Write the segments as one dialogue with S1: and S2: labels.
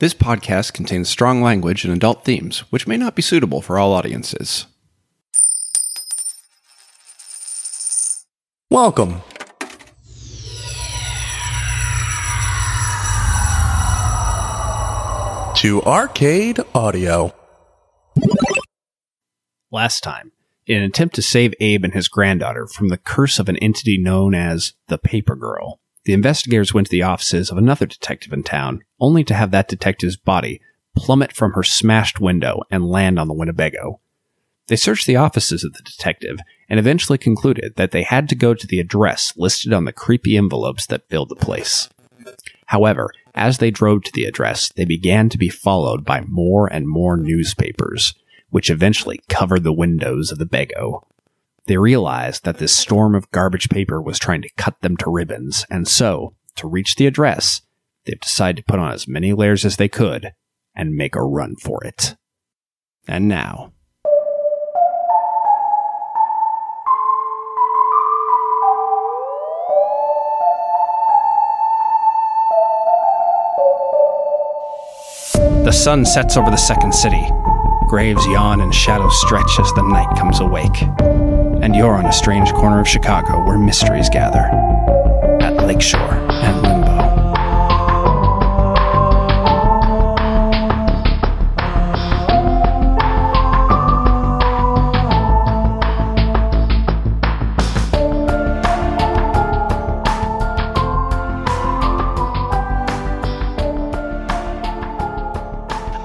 S1: This podcast contains strong language and adult themes, which may not be suitable for all audiences.
S2: Welcome. To Arcade Audio.
S1: Last time, in an attempt to save Abe and his granddaughter from the curse of an entity known as the Paper Girl, the investigators went to the offices of another detective in town, only to have that detective's body plummet from her smashed window and land on the Winnebago. They searched the offices of the detective and eventually concluded that they had to go to the address listed on the creepy envelopes that filled the place. However, as they drove to the address, they began to be followed by more and more newspapers, which eventually covered the windows of the Bego. They realized that this storm of garbage paper was trying to cut them to ribbons, and so, to reach the address, they've decided to put on as many layers as they could and make a run for it. And now, The sun sets over the second city. Graves yawn and shadows stretch as the night comes awake. And you're on a strange corner of Chicago where mysteries gather at Lakeshore and Limbo.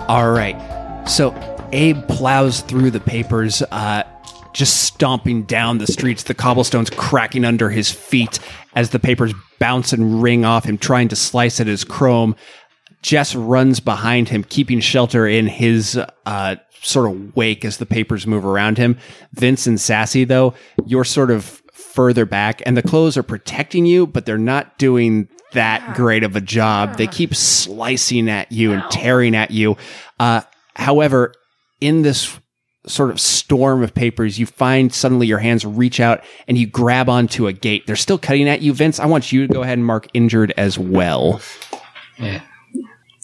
S1: All right. So Abe plows through the papers, uh, just stomping down the streets, the cobblestones cracking under his feet as the papers bounce and ring off him, trying to slice at his chrome. Jess runs behind him, keeping shelter in his uh, sort of wake as the papers move around him. Vince and Sassy, though, you're sort of further back, and the clothes are protecting you, but they're not doing that great of a job. They keep slicing at you and tearing at you. Uh, however, in this sort of storm of papers, you find suddenly your hands reach out and you grab onto a gate. They're still cutting at you, Vince. I want you to go ahead and mark injured as well.
S3: Yeah.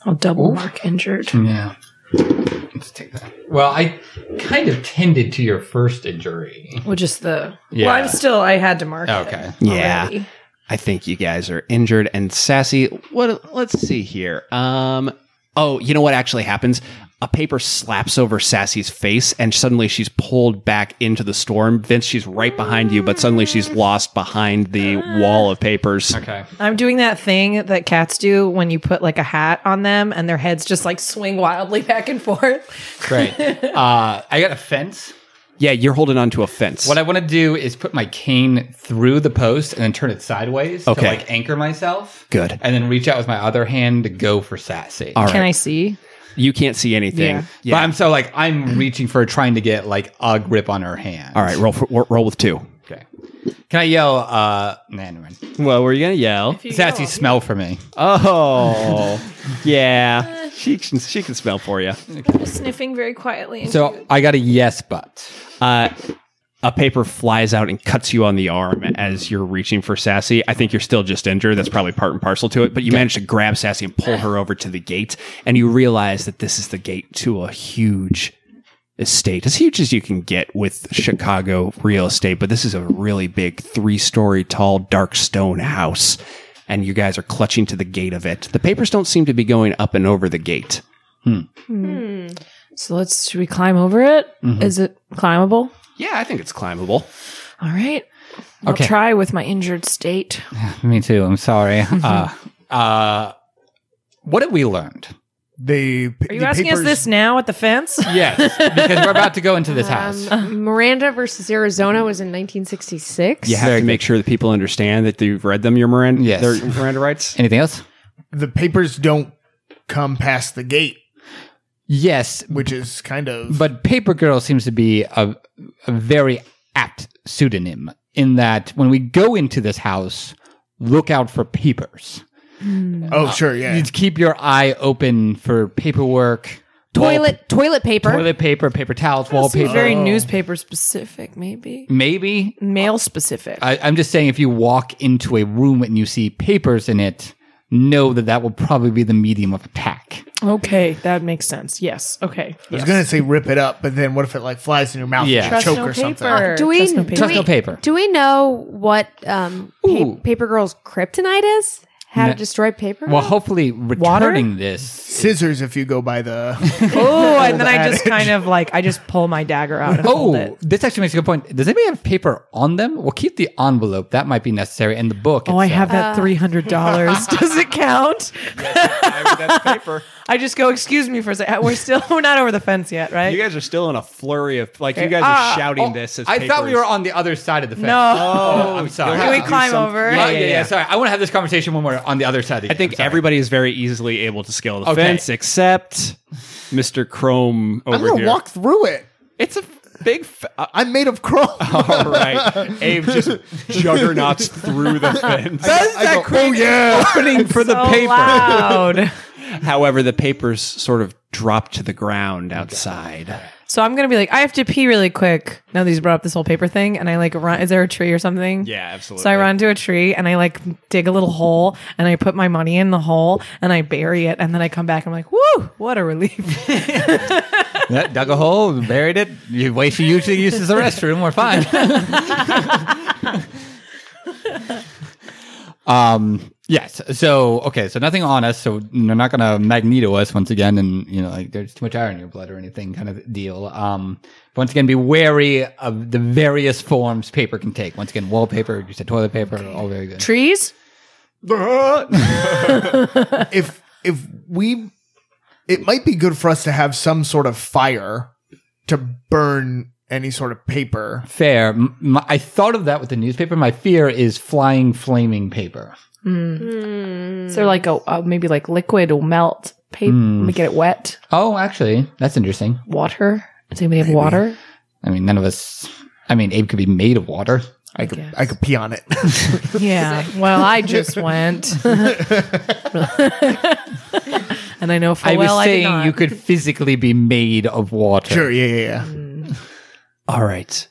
S4: I'll double mark injured.
S3: Yeah. Let's take that. Well, I kind of tended to your first injury.
S4: Well, just the.
S3: Yeah.
S4: Well, I'm still. I had to mark. it
S3: Okay.
S1: Yeah.
S4: already.
S1: I think you guys are injured. And Sassy, what? Let's see here. Um. Oh, you know what actually happens? A paper slaps over Sassy's face, and suddenly she's pulled back into the storm. Vince, she's right behind you, but suddenly she's lost behind the wall of papers.
S3: Okay.
S4: I'm doing that thing that cats do when you put like a hat on them and their heads just like swing wildly back and forth.
S3: Great. Uh, I got a fence.
S1: Yeah, you're holding onto a fence.
S3: What I want to do is put my cane through the post and then turn it sideways
S1: Okay.
S3: to like anchor myself.
S1: Good.
S3: And then reach out with my other hand to go for Sassy.
S1: All
S4: Can
S1: right.
S4: I see?
S1: you can't see anything.
S4: Yeah.
S3: But I'm so like I'm reaching for trying to get like a grip on her hand.
S1: All right. Roll for, roll with two.
S3: Okay. Can I yell? Uh, nah, never mind.
S1: Well, were you gonna yell?
S3: Sassy, smell for me.
S1: Oh, yeah. She can, she can smell for you.
S4: Sniffing very quietly.
S3: So I got a yes, but
S1: Uh, a paper flies out and cuts you on the arm as you're reaching for Sassy. I think you're still just injured. That's probably part and parcel to it. But you manage to grab Sassy and pull her over to the gate. And you realize that this is the gate to a huge estate, as huge as you can get with Chicago real estate. But this is a really big three story tall, dark stone house. And you guys are clutching to the gate of it. The papers don't seem to be going up and over the gate.
S4: So let's. Should we climb over it? Is it climbable?
S1: Yeah, I think it's climbable.
S4: All right. I'll
S3: Okay.
S4: try with my injured state.
S3: me too. I'm sorry. uh, uh, what have we learned?
S2: The,
S4: Are you asking us this now at the fence?
S3: Yes, because we're about to go into this house.
S5: Um, Miranda versus Arizona was in 1966.
S1: You have to make sure that people understand that you've read them, your Miranda,
S3: Yes.
S1: their Miranda rights.
S3: Anything else?
S2: The papers don't come past the gate,
S3: Yes,
S2: which is kind of.
S3: but Paper Girl seems to be a, a very apt pseudonym in that when we go into this house, look out for papers.
S2: oh, sure, yeah.
S3: You keep your eye open for paperwork,
S5: Toilet toilet paper.
S3: wall- toilet paper, paper towels,
S4: Seems
S3: wallpaper.
S4: very newspaper specific, maybe
S3: Maybe
S4: mail specific.
S3: I, I'm just saying, if you walk into a room and you see papers in it, know that that will probably be the medium of attack.
S4: Okay, that makes sense. Yes. Okay.
S2: I was gonna say rip it up, but then what if it like flies in your mouth
S3: Yeah.
S2: and you
S4: Trust
S2: choke
S4: no
S2: or something?
S4: paper.
S5: Do we,
S4: Trust no
S5: do
S4: paper.
S5: we-
S3: Trust no paper.
S5: Do we know what um,
S3: Ooh.
S5: pa- Paper Girl's kryptonite is? How to
S3: No.
S5: destroy Paper?
S3: Well,
S5: Girl?
S3: hopefully, returning this.
S2: Scissors if you go by the
S4: Oh, and then I
S2: Old
S4: just kind of like I just pull my dagger out and hold
S3: Oh,
S4: it.
S3: this actually makes a good point. Does anybody have paper on them? Well, keep the envelope. That might be necessary. And the book.
S4: Oh, I
S3: itself.
S4: have that three hundred dollars. Does it count?
S1: that's paper.
S4: I just go. Excuse me for a second. We're still we're not over the fence yet,
S1: You
S4: right?
S1: guys are still in a flurry of like you guys are
S4: Ah,
S1: shouting
S3: Oh,
S1: this. As
S3: I thought we
S1: papers.
S3: were on the other side of the fence.
S4: No.
S1: Oh,
S3: I'm sorry.
S1: you'll
S4: Can
S1: have
S4: we
S1: to do
S4: climb
S1: some-
S4: over?
S3: Yeah,
S1: Yeah,
S3: yeah, yeah, Sorry, I want to have this conversation when we're on the other side. Of the
S1: I think everybody is very easily able to scale the
S3: Okay.
S1: fence, except Mr. Chrome over
S2: I'm gonna
S1: here.
S2: walk through it.
S1: it's a big. F- uh,
S2: I'm made of chrome.
S1: all right, Abe just juggernauts through the fence.
S3: does
S2: I go, oh yeah.
S3: opening for the
S4: So
S3: paper.
S4: Oh, loud.
S1: However, the papers sort of drop to the ground outside.
S4: So I'm gonna be like, I have to pee really quick. Now that he's brought up this whole paper thing, and I like run. Is there a tree or something?
S1: Yeah, absolutely.
S4: So I run to a tree and I like dig a little hole and I put my money in the hole and I bury it and then I come back and I'm like, woo, what a relief.
S3: Yeah, dug a hole, buried it. The way she usually uses the restroom, we're fine. um. Yes. So okay. So nothing on us. So they're not gonna magneto us once again, and you know, like there's too much iron in your blood or anything kind of deal. Um. Once again, be wary of the various forms paper can take. Once again, wallpaper, you said toilet paper, all very good.
S4: Trees?
S2: if if we it might be good for us to have some sort of fire to burn any sort of paper.
S3: Fair. M- my- I thought of that with the newspaper. My fear is flying, flaming paper.
S5: Hmm.
S6: So like a, uh, maybe like liquid will melt paper,
S3: Hmm.
S6: make it wet.
S3: Oh, actually, that's interesting.
S6: Water. Does anybody have water?
S3: I mean, none of us. I mean, Abe could be made of water.
S2: I could I could pee on it.
S4: Yeah. Well, I just went. and I know full
S3: I was
S4: well
S3: saying
S4: I did not.
S3: you could physically be made of water.
S2: sure, yeah, yeah, yeah.
S1: All right.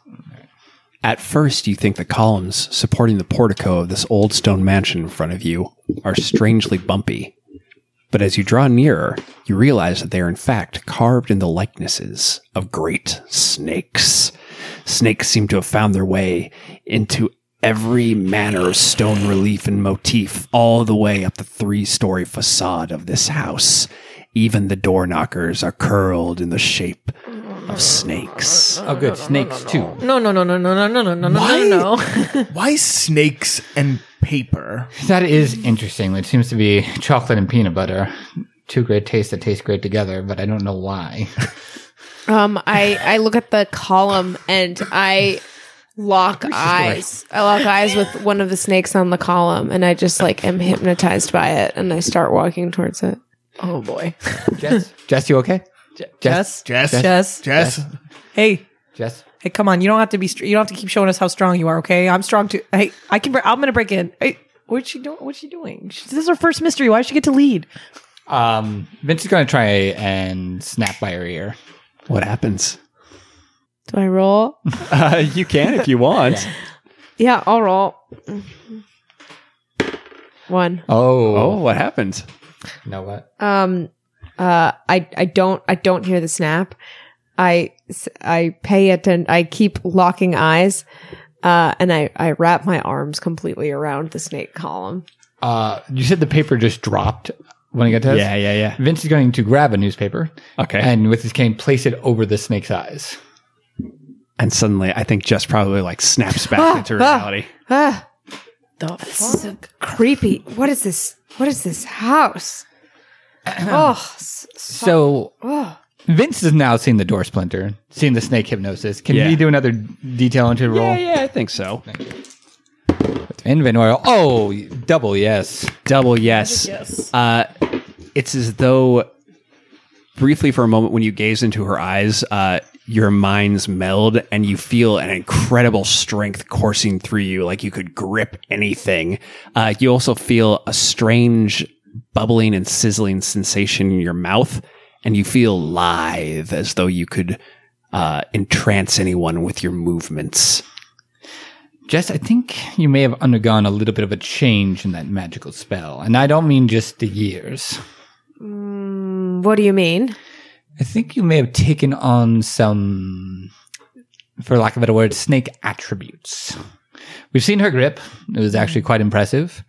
S1: At first, you think the columns supporting the portico of this old stone mansion in front of you are strangely bumpy. But as you draw nearer, you realize that they are in fact carved in the likenesses of great snakes. Snakes seem to have found their way into every manner of stone relief and motif all the way up the three story facade of this house. Even the door knockers are curled in the shape of snakes.
S3: Oh, good. Snakes too.
S4: no, no, no, no, no, no, no, no, no, no, no, no.
S2: Why snakes and paper?
S3: That is interesting. It seems to be chocolate and peanut butter. Two great tastes that taste great together, but I don't know why.
S5: Um, I I look at the column and I lock eyes. I lock eyes with one of the snakes on the column, and I just like am hypnotized by it, and I start walking towards it.
S4: Oh boy.
S3: Jess, Jess, you okay? Jess,
S4: Jess?
S2: Jess?
S4: Jess?
S2: Jess?
S4: Hey.
S3: Jess.
S4: Hey, come on! You don't have to be. Str- you don't have to keep showing us how strong you are. Okay, I'm strong too. Hey, I can. Bre- I'm gonna break in. Hey, what's she doing? What's she doing? She- this is her first mystery. Why does she get to lead?
S3: Um, Vince is gonna try and snap by her ear.
S1: What happens?
S5: Do I roll?
S1: Uh, you can if you want.
S5: Yeah, I'll roll. One.
S1: Oh,
S3: Oh,
S1: what happens?
S3: you know what?
S5: Um, uh, I I don't I don't hear the snap. I s- I pay attention. I keep locking eyes, uh, and I I wrap my arms completely around the snake column.
S3: Uh, you said the paper just dropped when I got to this.
S1: yeah, yeah.
S3: Vince is going to grab a newspaper
S1: Okay. And,
S3: and with his cane place it over the snake's eyes.
S1: suddenly, I think Jess probably like snaps back into reality.
S5: Ah,
S4: The
S5: this is creepy. What is this? What is this house? oh, s- so,
S3: So
S5: oh.
S3: Vince has now seen the door splinter, seen the snake hypnosis. Can
S1: Yeah.
S3: we do another detail into the roll?
S1: yeah, I think so.
S3: Inventory. Oh, double yes.
S1: Double yes.
S4: yes.
S1: Uh, it's as though, briefly for a moment, when you gaze into her eyes, uh, your minds meld and you feel an incredible strength coursing through you, like you could grip anything. Uh, you also feel a strange bubbling and sizzling sensation in your mouth, and you feel lithe as though you could uh, entrance anyone with your movements.
S3: Jess, I think you may have undergone a little bit of a change in that magical spell, and I don't mean just the years.
S5: Mm, What do you mean?
S3: I think you may have taken on some, for lack of a better word, snake attributes. We've seen her grip. It was actually
S1: Mm.
S3: quite impressive.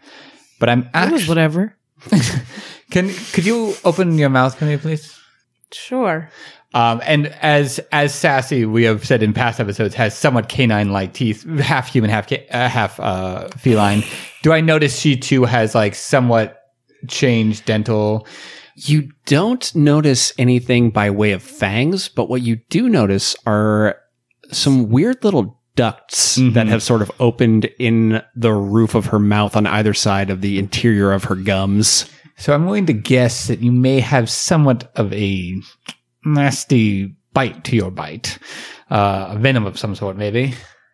S3: But I'm
S6: It was
S3: actually.
S6: whatever.
S3: Can could you open your mouth, can you please?
S5: Sure.
S3: Um, and as as Sassy, we have said in past episodes, has somewhat canine-like teeth, half human, half ca- uh, half uh, feline. Do I notice she too has like somewhat changed dental?
S1: You don't notice anything by way of fangs, but what you do notice are some weird little ducts
S3: Mhm.
S1: that have sort of opened in the roof of her mouth on either side of the interior of her gums.
S3: So I'm willing to guess that you may have somewhat of a nasty bite to your bite, uh, a venom of some sort, maybe.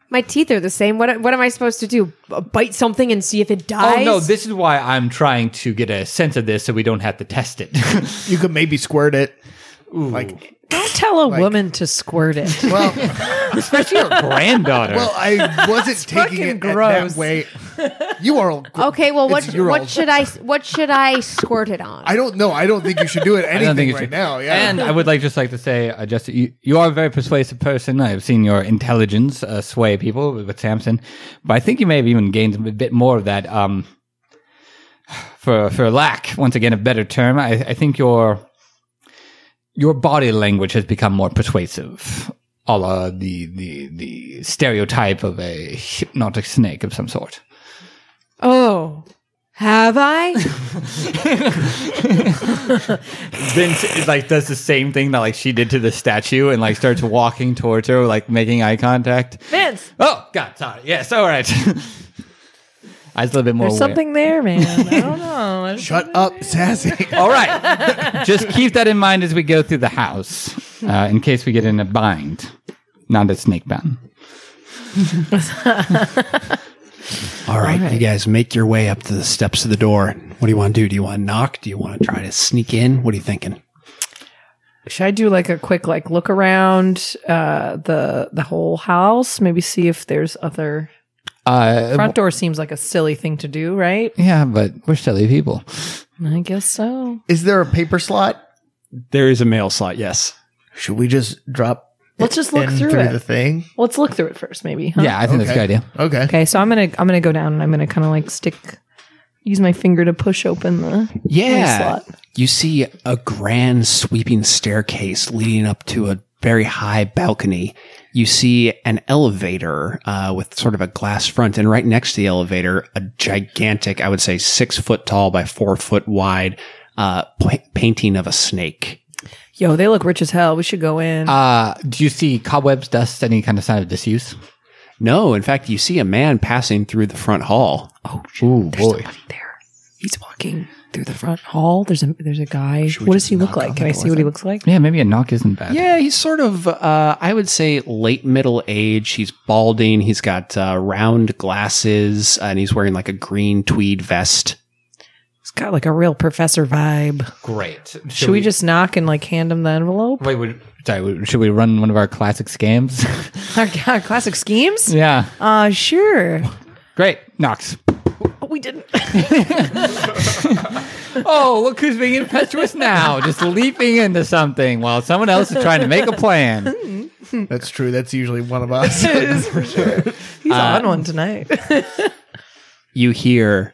S5: My teeth are the same. What what am I supposed to do? B- Bite something and see if it dies?
S3: Oh no, this is why I'm trying to get a sense of this, so we don't have to test it.
S2: You could maybe squirt it.
S3: Ooh.
S2: Like-
S4: Don't tell a woman to squirt it.
S2: Well,
S3: especially your granddaughter.
S2: well, I wasn't taking
S4: fucking
S2: it
S4: gross.
S2: that way. You are. a gr-
S5: Okay, well what
S2: It's your
S5: what
S2: old.
S5: should I what should I squirt it on?
S2: I don't know. I don't think you should do it
S3: I don't
S2: anything
S3: think you
S2: right
S3: should.
S2: now. Yeah.
S3: And I would like just like to say, uh, just you, you are a very persuasive person. I've seen your intelligence uh, sway people with, with Samson, but I think you may have even gained a bit more of that. Um, for for lack, once again, a better term, I, I think your your body language has become more persuasive, a la the the the stereotype of a hypnotic snake of some sort.
S5: oh. Have I?
S3: Vince it, like does the same thing that like she did to the statue and like starts walking towards her, like making eye contact.
S4: Vince,
S3: Oh God, sorry. Yes, all right. I was a little bit more.
S4: there's
S3: aware.
S4: something there, man. I don't know. I just-
S2: Shut up, sassy.
S3: All right, just keep that in mind as we go through the house, uh, in case we get in a bind, not a snake bound.
S1: All right, you guys make your way up to the steps of the door. What do you want to do? Do you want to knock? Do you want to try to sneak in? What are you thinking?
S6: Should I do like a quick like look around uh the the whole house? Maybe see if there's other
S3: Uh,
S6: front door seems like a silly thing to do, right?
S3: yeah, but we're silly people.
S6: I guess so.
S2: Is there a paper slot?
S1: There is a mail slot, yes.
S2: Should we just drop
S6: Let's just look
S2: in
S6: through, it.
S2: the thing?
S6: Let's look through it first, maybe. huh?
S3: Yeah, I think that's a good idea.
S2: Okay.
S6: Okay, so I'm gonna I'm gonna go down and I'm gonna kind of like stick, use my finger to push open the
S1: Yeah.
S6: slot.
S1: You see a grand sweeping staircase leading up to a very high balcony. You see an elevator uh, with sort of a glass front, and right next to the elevator, a gigantic, I would say six foot tall by four foot wide uh, pa- painting of a snake.
S6: Yo, they look rich as hell. We should go in.
S3: Uh, do you see cobwebs, dust, any kind of sign of disuse?
S1: No, in fact, you see a man passing through the front hall.
S3: Ooh, boy.
S6: there. He's walking through the front hall. There's a there's a guy. What does he look like? Can I see what he looks like?
S3: Yeah, maybe a knock isn't bad.
S1: Yeah, he's sort of, uh, I would say, late middle age. He's balding. He's got uh, round glasses, and he's wearing like a green tweed vest.
S6: He's got like a real professor vibe.
S3: Great. Should,
S6: Should we just knock and like hand him the envelope?
S3: Wait, would, sorry, would- should we run one of our classic scams?
S6: Our, our classic schemes?
S3: yeah.
S6: Uh sure.
S3: Great. Knox.
S6: But we didn't.
S3: Oh, look who's being impetuous now, just leaping into something while someone else is trying to make a plan.
S2: That's true. That's usually one of us.
S6: He's
S4: Uh,
S6: on one tonight.
S1: You hear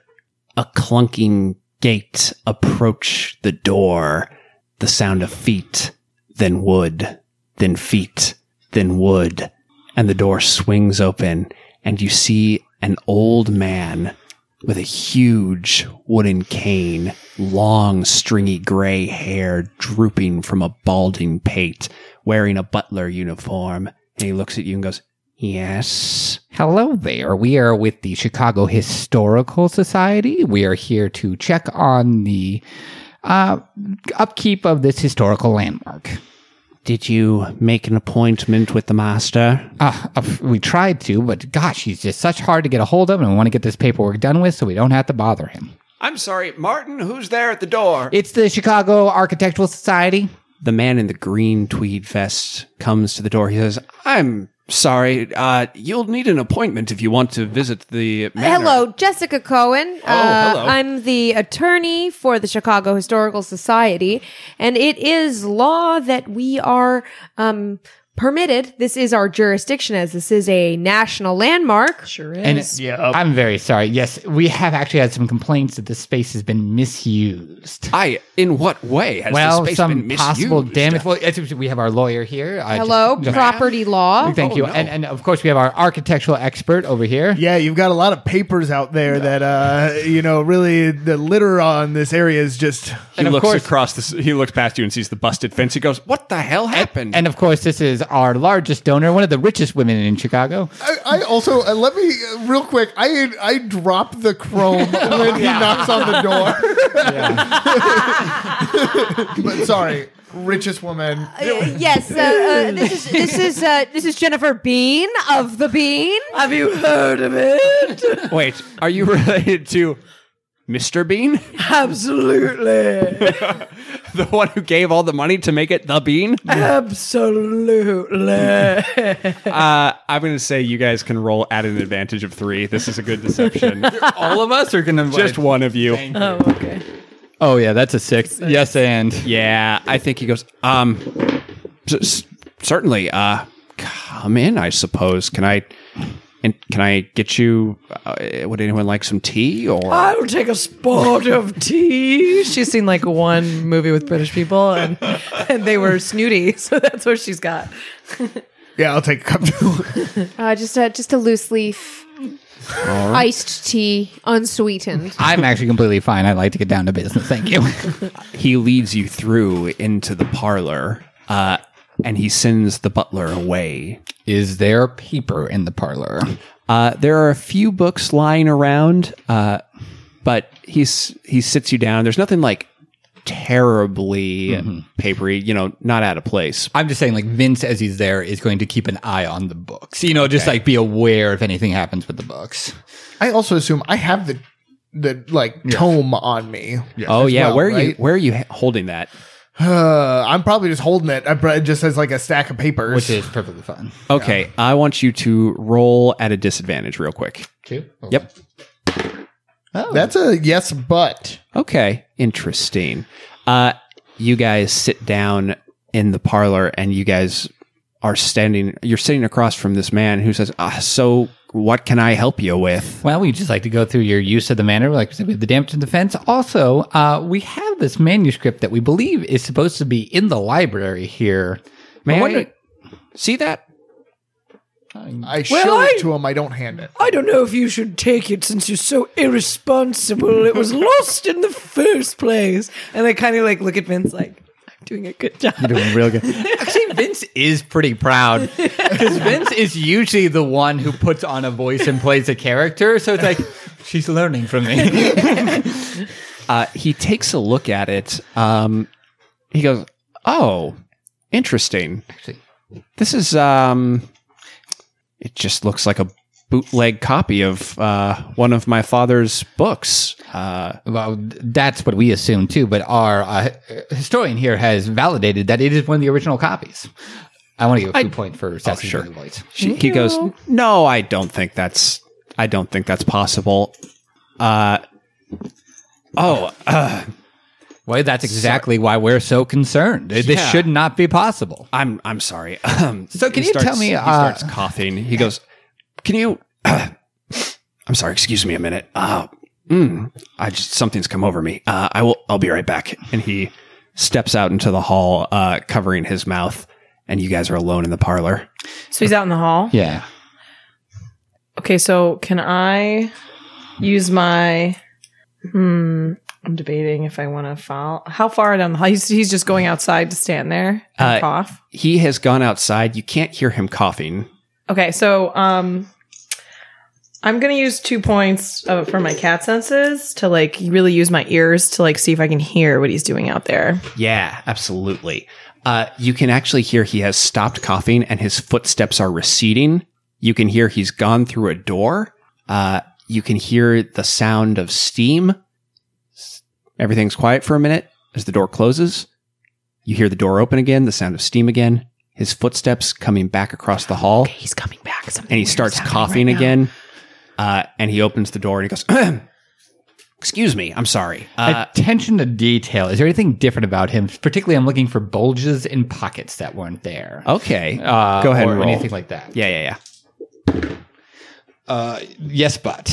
S1: a clunking gate approach the door, the sound of feet, then wood, then feet, then wood, and the door swings open, and you see an old man with a huge wooden cane, long stringy gray hair drooping from a balding pate, wearing a butler uniform, and he looks at you and goes, Yes.
S3: Hello there. We are with the Chicago Historical Society. We are here to check on the uh, upkeep of this historical landmark.
S1: Did you make an appointment with the master?
S3: Uh, uh, we tried to, but gosh, he's just such hard to get a hold of, and we want to get this paperwork done with so we don't have to bother him.
S1: I'm sorry, Martin, who's there at the door?
S3: It's the Chicago Architectural Society.
S1: The man in the green tweed vest comes to the door. He says, I'm Sorry, uh, you'll need an appointment if you want to visit the. Manor.
S5: Hello, Jessica Cohen. Uh,
S1: hello.
S5: I'm the attorney for the Chicago Historical Society, and it is law that we are um, permitted. This is our jurisdiction, as this is a national landmark.
S4: Sure
S3: And
S4: is.
S2: Yeah.
S3: I'm very sorry. Yes, we have actually had some complaints that this space has been misused.
S1: I. In what way has
S3: well,
S1: the space
S3: some
S1: been misused?
S3: possible damage. Well, it's- we have our lawyer here. I just-
S5: Hello,
S3: just-
S5: property law.
S3: Thank you,
S1: no.
S3: and and of course we have our architectural expert over here.
S2: Yeah, you've got a lot of papers out there that uh, you know really the litter on this area is just
S1: He
S3: And of
S1: looks
S3: course-
S1: across. This, he looks past you and sees the busted fence. He goes, "What the hell happened?"
S3: And of course, this is our largest donor, one of the richest women in Chicago.
S2: I, I also uh, let me uh, real quick. I I drop the chrome when he knocks on the door. but sorry, richest woman.
S5: Uh, yes, uh, uh, this is this is uh, this is Jennifer Bean of the Bean.
S4: Have you heard of it?
S1: Wait, are you related to Mr. Bean,
S4: Absolutely.
S1: the one who gave all the money to make it the Bean?
S4: Absolutely.
S1: Uh, I'm going to say you guys can roll at an advantage of three. This is a good deception.
S3: All of us are gonna
S1: Just one of you.
S4: oh, okay.
S3: Oh yeah, that's a six. Yes, and
S1: Yeah, I think he goes. Um, c- c- certainly. Uh, come in, I suppose. Can I? And can I get you? Uh, would anyone like some tea or?
S4: I'll take a spot of tea. She's seen like one movie with British people, and, and they were snooty, so that's what she's got.
S2: Yeah, I'll take a cup. too.
S5: Uh, just a just a loose leaf, iced tea, unsweetened.
S3: I'm actually completely fine. I like to get down to business. Thank you.
S1: he leads you through into the parlor, uh, and he sends the butler away.
S3: is there paper in the parlor?
S1: Uh, there are a few books lying around, uh, but he's he sits you down. There's nothing like terribly
S2: Mm-hmm.
S1: papery, you know, not out of place.
S3: I'm just saying, like Vince, as he's there, is going to keep an eye on the books. You know, just like be aware if anything happens with the books.
S2: I also assume I have the the like tome on me.
S1: oh
S2: as
S1: yeah,
S2: well,
S1: where are you
S2: right?
S1: where are you h- holding that?
S2: Uh, I'm probably just holding it. I probably just as like a stack of papers.
S3: Which is perfectly fine.
S1: Okay, I want you to roll at a disadvantage real quick.
S3: Two.
S1: Yep.
S2: That's a yes, but
S1: Okay, interesting. Uh, you guys sit down in the parlor, and you guys are standing. You're sitting across from this man who says, ah, "So, what can I help you with?"
S3: Well, we just like to go through your use of the manor, like we said, we have the damage and defense. Also, uh, we have this manuscript that we believe is supposed to be in the library here.
S1: May
S3: I
S1: I
S3: wonder-
S1: see that?
S2: I show
S4: Well,
S2: it
S4: I-
S2: to him. I don't hand it.
S4: I don't know if you should take it since you're so irresponsible. It was lost in the first place. And they kind of like look at Vince like, I'm doing a good job.
S3: doing real good. Actually, Vince is pretty proud because Vince is usually the one who puts on a voice and plays a character. So it's like she's learning from me.
S1: Uh, he takes a look at it. Um, he goes, "Oh, interesting.
S3: Actually.
S1: This is um, it just looks like a bootleg copy of uh, one of my father's books." Uh,
S3: well, that's what we assume too. But our uh, historian here has validated that it is one of the original copies. I Oh, want to give a two point for Assassin's
S1: sure.
S3: Creed Voice.
S1: She, he goes, "No, I don't think that's. I don't think that's possible." Uh, oh, uh,
S3: Well, that's exactly why we're so concerned. This
S1: Yeah.
S3: should not be possible.
S1: I'm I'm sorry. Um,
S3: So can
S1: he
S3: you
S1: starts-
S3: tell me,
S1: He
S3: uh,
S1: starts coughing. He goes, "Can you?" I'm sorry. Excuse me a minute. Uh, mm, I just something's come over me. Uh, I will. I'll be right back. And he steps out into the hall, uh, covering his mouth. And you guys are alone in the parlor.
S6: So he's out in the hall.
S3: Yeah.
S6: Okay, so can I use my? Hmm, I'm debating if I want to follow. How far down the hall? He's, he's just going outside to stand there and
S1: Uh,
S6: cough.
S1: He has gone outside. You can't hear him coughing.
S6: Okay, so um, I'm gonna use two points uh, for my cat senses to like really use my ears to like see if I can hear what he's doing out there.
S1: Yeah, absolutely. Uh, you can actually hear he has stopped coughing and his footsteps are receding. You can hear he's gone through a door. Uh, you can hear the sound of steam. S- Everything's quiet for a minute as the door closes. You hear the door open again, the sound of steam again, his footsteps coming back across the hall,
S4: He's coming back. Something
S1: and he
S4: weird's
S1: starts
S4: happening
S1: coughing
S4: right now.
S1: again. Uh, and he opens the door and he goes, "Excuse me, I'm sorry." Uh,
S3: Attention to detail. Is there anything different about him? Particularly, I'm looking for bulges in pockets that weren't there.
S1: okay,
S3: Uh,
S1: go ahead
S3: or
S1: and roll.
S3: anything like that.
S1: yeah, yeah, yeah.
S3: Uh, yes, but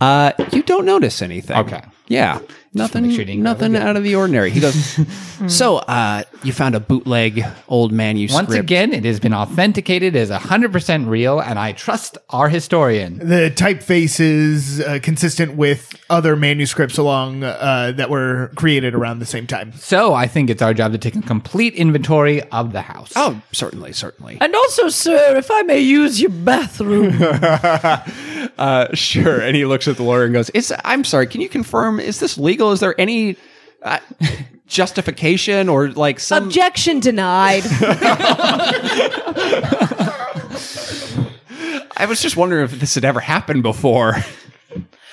S1: Uh, you don't notice anything.
S3: Okay.
S1: Yeah. Nothing.
S3: make sure you didn't
S1: nothing
S3: grab it.
S1: out of the ordinary. He goes. so uh, you found a bootleg old manuscript.
S3: once again, it has been authenticated as 100% real, and I trust our historian.
S2: The typeface is uh, consistent with other manuscripts along uh, that were created around the same time.
S3: So I think it's our job to take a complete inventory of the house.
S1: Oh, certainly, certainly.
S4: And also, sir, if I may use your bathroom.
S1: Uh, sure. And he looks at the lawyer and goes, "It's. I'm sorry. Can you confirm? Is this legal? Is there any uh, justification or like some?"
S5: Objection denied.
S1: I was just wondering if this had ever happened before.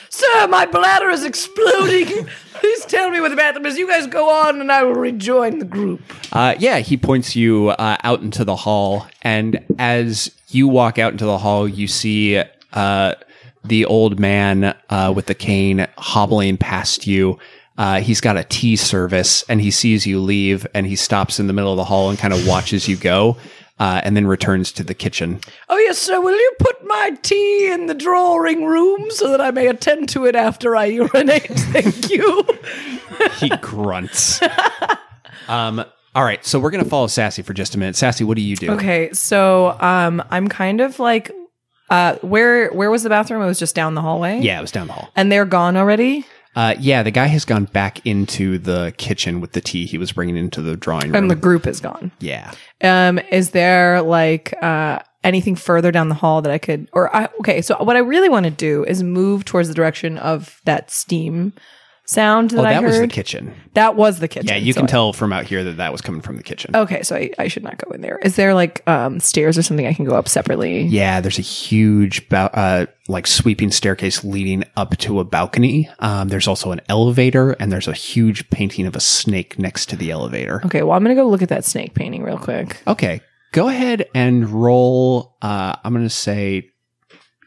S4: sir, my bladder is exploding. Please tell me where the bathroom is. You guys go on and I will rejoin the group.
S1: Uh, yeah, he points you uh, out into the hall, and as you walk out into the hall, you see uh, the old man uh, with the cane hobbling past you. Uh, he's got a tea service, and he sees you leave, and he stops in the middle of the hall and kind of watches you go, uh, and then returns to the kitchen.
S4: Oh, yes, sir. Will you put my tea in the drawing room so that I may attend to it after I urinate? Thank you.
S1: He grunts. um, all right, so we're gonna follow Sassy for just a minute. Sassy, what do you do?
S6: Okay, so um, I'm kind of like, uh, where where was the bathroom? It was just down the hallway.
S1: Yeah, it was down the hall.
S6: and they're gone already.
S1: Uh, yeah, the guy has gone back into the kitchen with the tea he was bringing into the drawing room.
S6: And the group is gone.
S1: yeah.
S6: Um, is there like uh anything further down the hall that I could or I okay, so what I really want to do is move towards the direction of that steam sound that,
S1: Oh,
S6: I
S1: that
S6: heard.
S1: was the kitchen.
S6: That was the kitchen.
S1: Yeah, you
S6: so
S1: can
S6: I-
S1: tell from out here that that was coming from the kitchen.
S6: Okay, so I, I should not go in there. Is there like um stairs or something I can go up separately?
S1: Yeah, there's a huge, ba- uh, like sweeping staircase leading up to a balcony. Um, there's also an elevator, and there's a huge painting of a snake next to the elevator.
S6: Okay, well I'm gonna go look at that snake painting real quick.
S1: Okay, go ahead and roll. Uh, I'm gonna say,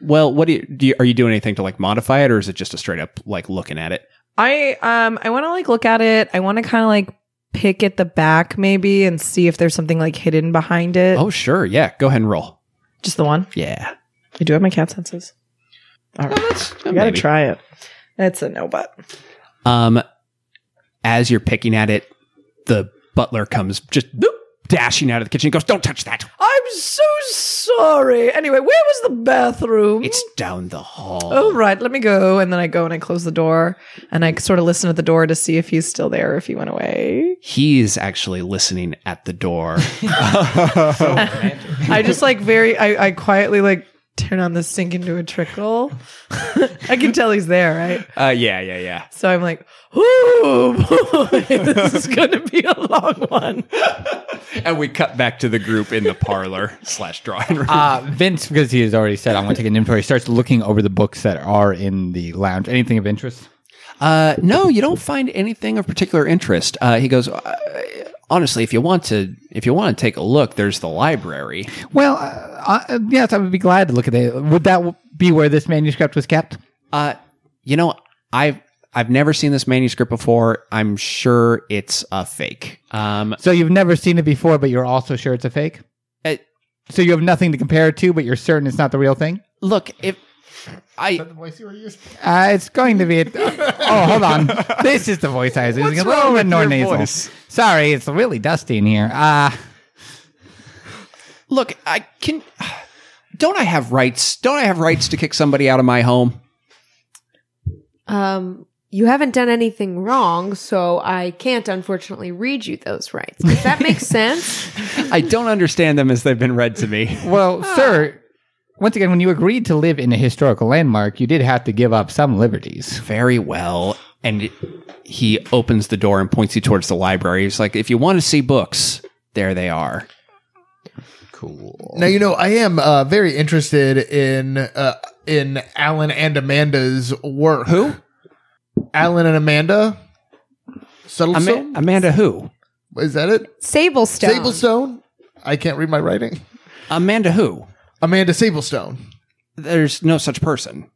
S1: well, what do you, do you- are you doing anything to like modify it, or is it just a straight up like looking at it?
S6: I um I wanna like look at it. I wanna kinda like pick at the back maybe and see if there's something like hidden behind it.
S1: Oh, sure, yeah, go ahead and roll.
S6: Just the one.
S1: Yeah.
S6: I do have my cat senses. All right.
S1: I
S6: You gotta try it. It's a no but.
S1: Um, as you're picking at it, the butler comes just boop, dashing out of the kitchen. He goes, "Don't touch that!
S4: I'm so sorry. Anyway, where was the bathroom?
S1: It's down the hall."
S6: Oh right, let me go. And then I go and I close the door and I sort of listen at the door to see if he's still there, if he went away.
S1: He's actually listening at the door.
S6: I just like very I, I quietly like turn on the sink into a trickle. I can tell he's there, right?
S1: uh, yeah, yeah, yeah.
S6: So I'm like, ooh boy, this is gonna be a long one.
S1: And we cut back to the group in the parlor slash drawing room.
S3: Uh, Vince, because he has already said I want to take an inventory, starts looking over the books that are in the lounge. Anything of interest?
S1: Uh, no, you don't find anything of particular interest. Uh, he goes, uh, "Honestly, if you want to, if you want to take a look, there's the library."
S3: Well, uh, uh, yes, I would be glad to look at it. Would that w- be where this manuscript was kept?
S1: Uh, you know, I've I've never seen this manuscript before. I'm sure it's a fake. Um,
S3: So you've never seen it before, but you're also sure it's a fake?
S1: uh,
S3: So you have nothing to compare it to, but you're certain it's not the real thing?
S1: look, if I
S3: Uh, it's going to be. A- oh, hold on. This is the voice I was using. It's a little bit more nasal. Sorry, it's really dusty in here. Uh,
S1: look, I can. Don't I have rights? Don't I have rights to kick somebody out of my home?
S5: um, you haven't done anything wrong, so I can't unfortunately read you those rights. Does that make sense?
S1: I don't understand them as they've been read to me.
S3: well, sir, once again, when you agreed to live in a historical landmark, you did have to give up some liberties.
S1: Very well, and he opens the door and points you towards the library. He's like, "If you want to see books, there they are." Cool.
S2: Now you know I am uh, very interested in uh, in Alan and Amanda's work.
S1: Who?
S2: Alan and Amanda. Subtle
S1: Ama- Amanda? Who?
S2: is that it?
S5: Sablestone.
S2: Sablestone. I can't read my writing.
S1: Amanda who?
S2: Amanda Sablestone.
S1: There's no such person.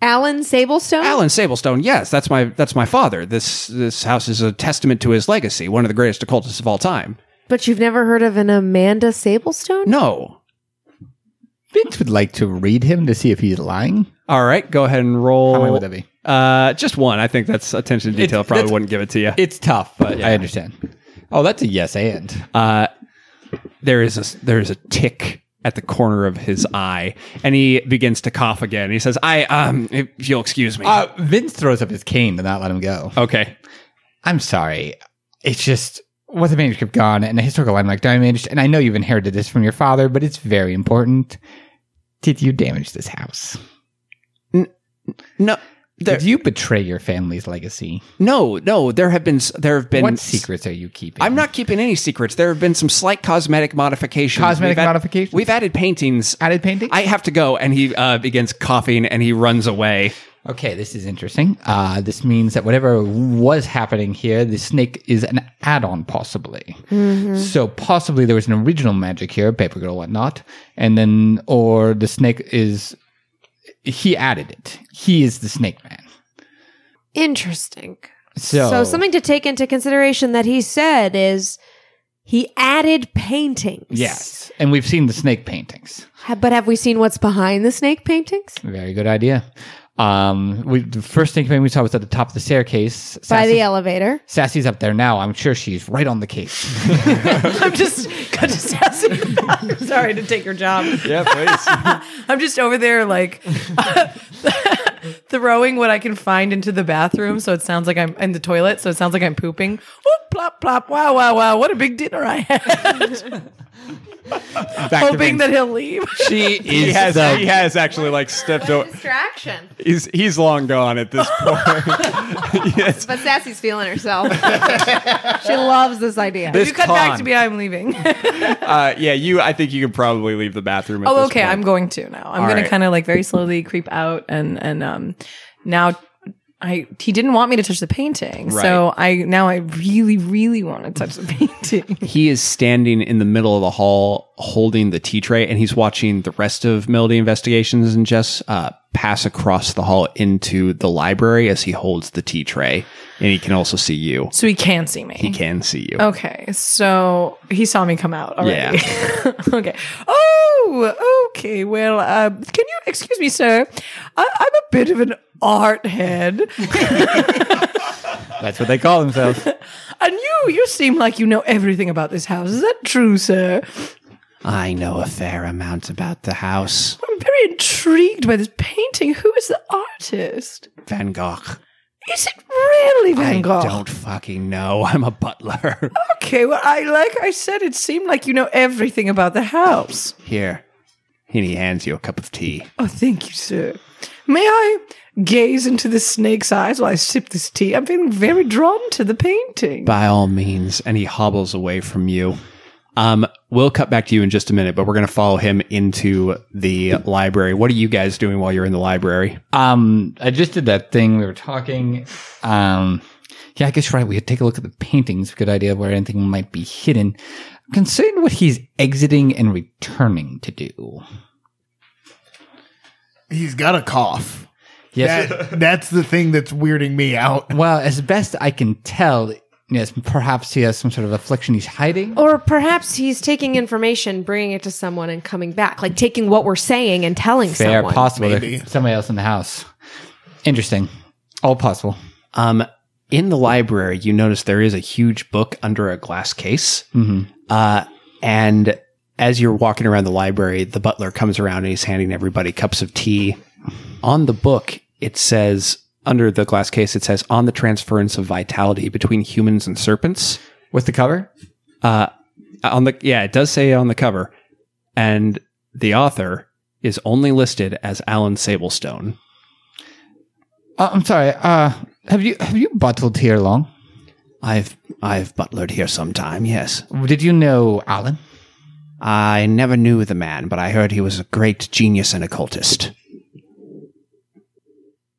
S5: Alan Sablestone?
S1: Alan Sablestone. Yes, that's my that's my father. This this house is a testament to his legacy. One of the greatest occultists of all time.
S5: But you've never heard of an Amanda Sablestone?
S1: No.
S3: Vince would like to read him to see if he's lying.
S1: All right, go ahead and
S3: How many
S1: roll.
S3: would that be?
S1: Uh, just one. I think that's attention to detail. Probably
S3: that's-
S1: wouldn't give it to you.
S3: It's tough, but I understand. Oh, that's a yes and.
S1: uh, there is a, there is a tick at the corner of his eye, and he begins to cough again. He says, "I um, if you'll excuse me."
S3: Uh, Vince throws up his cane to not let him go.
S1: okay.
S3: I'm sorry. It's just with the manuscript gone and the historical landmark damaged, and I know you've inherited this from your father, but it's very important. Did you damage this house?
S1: No. There,
S3: Did you betray your family's legacy?
S1: no, no. There have been s- there have been
S3: what
S1: s-
S3: secrets are you keeping?
S1: I'm not keeping any secrets. There have been some slight cosmetic modifications.
S3: Cosmetic
S1: add-
S3: modifications?
S1: we've added paintings.
S3: added painting.
S1: I have to go, and he uh, begins coughing, and he runs away.
S3: okay, this is interesting. Uh, this means that whatever was happening here, the snake is an add-on, possibly.
S5: Mm-hmm.
S3: So possibly there was an original magic here, paper girl, whatnot, and then or the snake is he added it. He is the snake man.
S5: Interesting.
S3: So,
S5: so something to take into consideration that he said is he added paintings.
S3: Yes, and we've seen the snake paintings.
S5: Ha- But have we seen what's behind the snake paintings?
S3: Very good idea. Um, we the first snake painting we saw was at the top of the staircase.
S5: By
S3: Sassy-
S5: the elevator.
S3: Sassy's up there now. I'm sure she's right on the case.
S4: I'm just, I'm just asking. I'm sorry to take your job.
S1: Yeah, please.
S4: I'm just over there like throwing what I can find into the bathroom, so it sounds like I'm in the toilet, so it sounds like I'm pooping. Whoop, plop, plop, wow, wow, wow! What a big dinner I had,
S3: Back to
S4: hoping
S3: Vince.
S4: that he'll leave.
S3: she is
S1: he has
S3: the-
S1: he has actually like stepped over.
S5: Distraction.
S1: He's he's long gone at this point. yes.
S5: But Sassy's feeling herself. she loves this idea.
S1: This
S4: you cut back
S1: con.
S4: to me. I'm leaving.
S1: Uh, yeah, you. I think you could probably leave the bathroom. At
S4: oh,
S1: this
S4: okay.
S1: point.
S4: I'm going to now. I'm going
S1: right.
S4: to kind of like very slowly creep out and and um now I he didn't want me to touch the painting, so I now I really really want to touch the painting.
S1: He is standing in the middle of the hall, holding the tea tray, and he's watching the rest of Melody Investigations and Jess uh, pass across the hall into the library as he holds the tea tray, and he can also see you.
S4: so he can see me.
S1: He can see you.
S4: Okay, so he saw me come out already. okay. Oh, okay. Well, um, can you excuse me, sir? I, I'm a bit of an art head,
S3: That's what they call themselves.
S4: and you you seem like you know everything about this house. Is that true, sir?
S1: I know a fair amount about the house.
S4: I'm very intrigued by this painting. Who is the artist?
S1: Van Gogh.
S4: Is it really Van
S1: I
S4: Gogh?
S1: don't fucking know. I'm a butler.
S4: Okay. Well, I like I said, it seemed like you know everything about the house.
S1: Here. And he hands you a cup of tea.
S4: Oh, thank you, sir. May I gaze into the snake's eyes while I sip this tea? I'm feeling very drawn to the painting.
S1: by all means and he hobbles away from you um we'll cut back to you in just a minute but we're going to follow him into the library what are you guys doing while you're in the library
S3: Um, I just did that thing we were talking. Um, yeah, I guess you're right. We could take a look at the paintings. Good idea of where anything might be hidden. I'm concerned what he's exiting and returning to do.
S2: He's got a cough.
S3: Yes.
S2: That, that's the thing that's weirding me out.
S3: well, as best I can tell, yes, perhaps he has some sort of affliction he's hiding.
S5: Or perhaps he's taking information, bringing it to someone, and coming back, like taking what we're saying and telling
S3: Fair,
S5: someone.
S3: possible. There-
S2: maybe.
S3: Somebody else in the house. Interesting. All possible.
S1: um in the library you notice there is a huge book under a glass case
S3: hmm
S1: uh and as you're walking around the library the butler comes around and he's handing everybody cups of tea on the book it says under the glass case it says on the transference of vitality between humans and serpents
S3: What's the cover?
S1: uh on the yeah it does say on the cover and the author is only listed as alan sablestone
S3: Uh, I'm sorry. Uh, have you have you bottled here long?
S1: i've i've butlered here sometime yes
S3: Did you know Alan?
S1: i never knew the man but i heard he was a great genius and occultist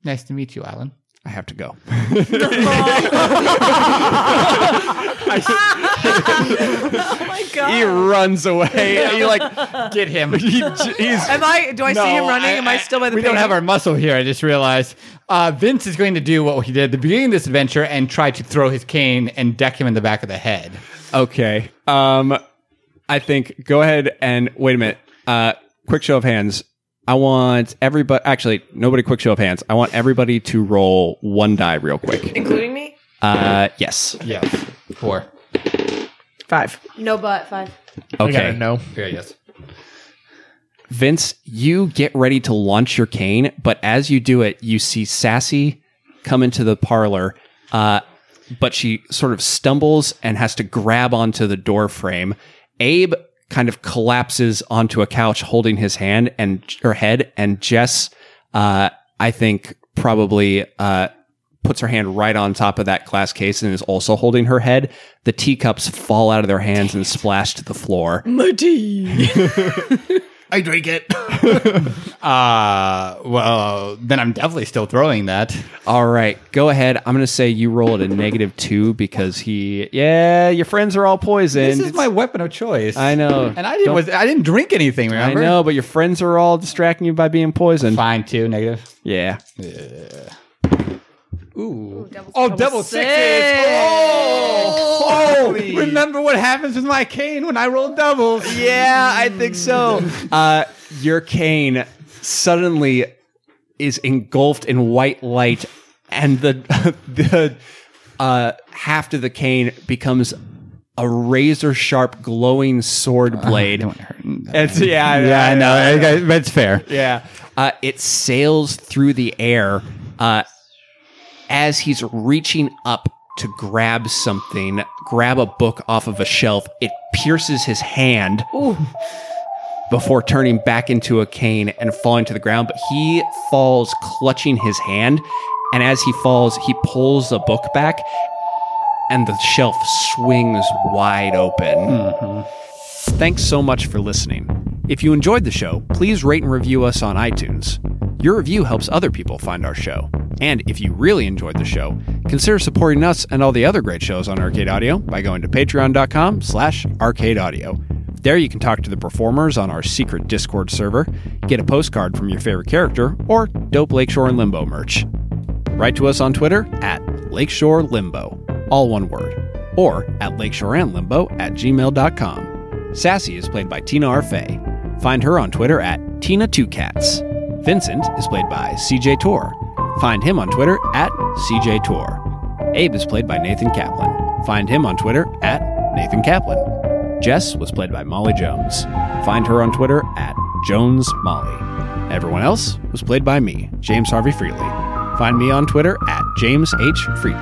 S3: Nice to meet you, Alan.
S1: i have to go
S4: Oh my god!
S7: he runs away. And you're like,
S3: Get him.
S7: he j- he's
S4: Am I? Do I see him
S3: No,
S4: running? Am I still by the?
S3: We don't
S4: painting?
S3: have our muscle here. I just realized uh, Vince is going to do what he did at the beginning of this adventure and try to throw his cane and deck him in the back of the head.
S7: okay. Um, I think go ahead and wait a minute. Uh, quick show of hands. I want everybody. Actually, nobody. Quick show of hands. I want everybody to roll one die real quick.
S4: including me.
S7: Uh, yes.
S3: Yeah, four.
S4: Five.
S8: No, but five.
S2: I gotta
S7: Okay.
S2: know.
S3: Yeah, yes.
S7: Vince, you get ready to launch your cane, but as you do it, you see Sassy come into the parlor, uh, but she sort of stumbles and has to grab onto the door frame. Abe kind of collapses onto a couch, holding his hand and her head, and Jess, uh, I think, probably uh, puts her hand right on top of that glass case and is also holding her head. The teacups fall out of their hands and splash to the floor.
S2: I drink it.
S3: Uh, well, then I'm definitely still throwing that.
S7: All right, go ahead. I'm gonna say you roll at a negative two because he. Yeah, your friends are all poisoned.
S3: This is my weapon of choice.
S7: I know.
S3: And I didn't,
S7: Don't-
S3: was, I didn't drink anything,
S7: I
S3: remember?
S7: know, but your friends are all distracting you by being poisoned.
S3: Fine, two, negative.
S7: Yeah.
S3: Ooh. Oh, double sixes. Oh, remember what happens with my cane when I roll doubles.
S7: Yeah, I think so. uh, your cane suddenly is engulfed in white light, and the the uh, haft of the cane becomes a razor sharp, glowing sword blade. It's yeah,
S3: Yeah, I know. I- I- That's fair.
S7: Yeah. Uh, it sails through the air uh, as he's reaching up to grab something, grab a book off of a shelf. It pierces his hand before turning back into a cane and falling to the ground. But he falls clutching his hand. And as he falls, he pulls the book back and the shelf swings wide open. Thanks so much for listening. If you enjoyed the show, please rate and review us on iTunes. Your review helps other people find our show. And if you really enjoyed the show, consider supporting us and all the other great shows on Arcade Audio by going to patreon.com slash arcadeaudio. There you can talk to the performers on our secret Discord server, get a postcard from your favorite character, or dope Lakeshore and Limbo merch. Write to us on Twitter at Lakeshore Limbo, all one word, or at lakeshoreandlimbo at gmail.com. Sassy is played by Tina Arfay. Find her on Twitter at Tina2Cats. Vincent is played by CJ Tor. Find him on Twitter at CJ Tor. Abe is played by Nathan Kaplan. Find him on Twitter at Nathan Kaplan. Jess was played by Molly Jones. Find her on Twitter at Jones Molly. Everyone else was played by me, James Harvey Freely. Find me on Twitter at James H. Freely.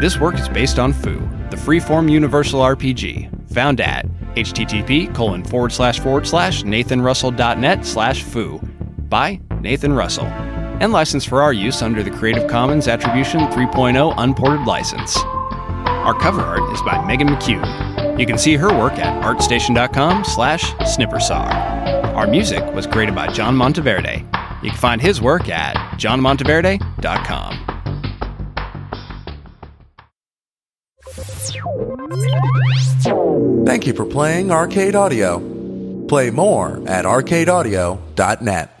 S7: This work is based on Foo, the freeform universal RPG, found at http colon forward slash forward slash nathanrussell.net slash foo by Nathan Russell and licensed for our use under the Creative Commons Attribution 3.0 Unported License. Our cover art is by Megan McCune. You can see her work at artstation.com slash snippersar. Our music was created by John Monteverde. You can find his work at johnmonteverde.com.
S9: Thank you for playing Arcade Audio. Play more at arcadeaudio.net.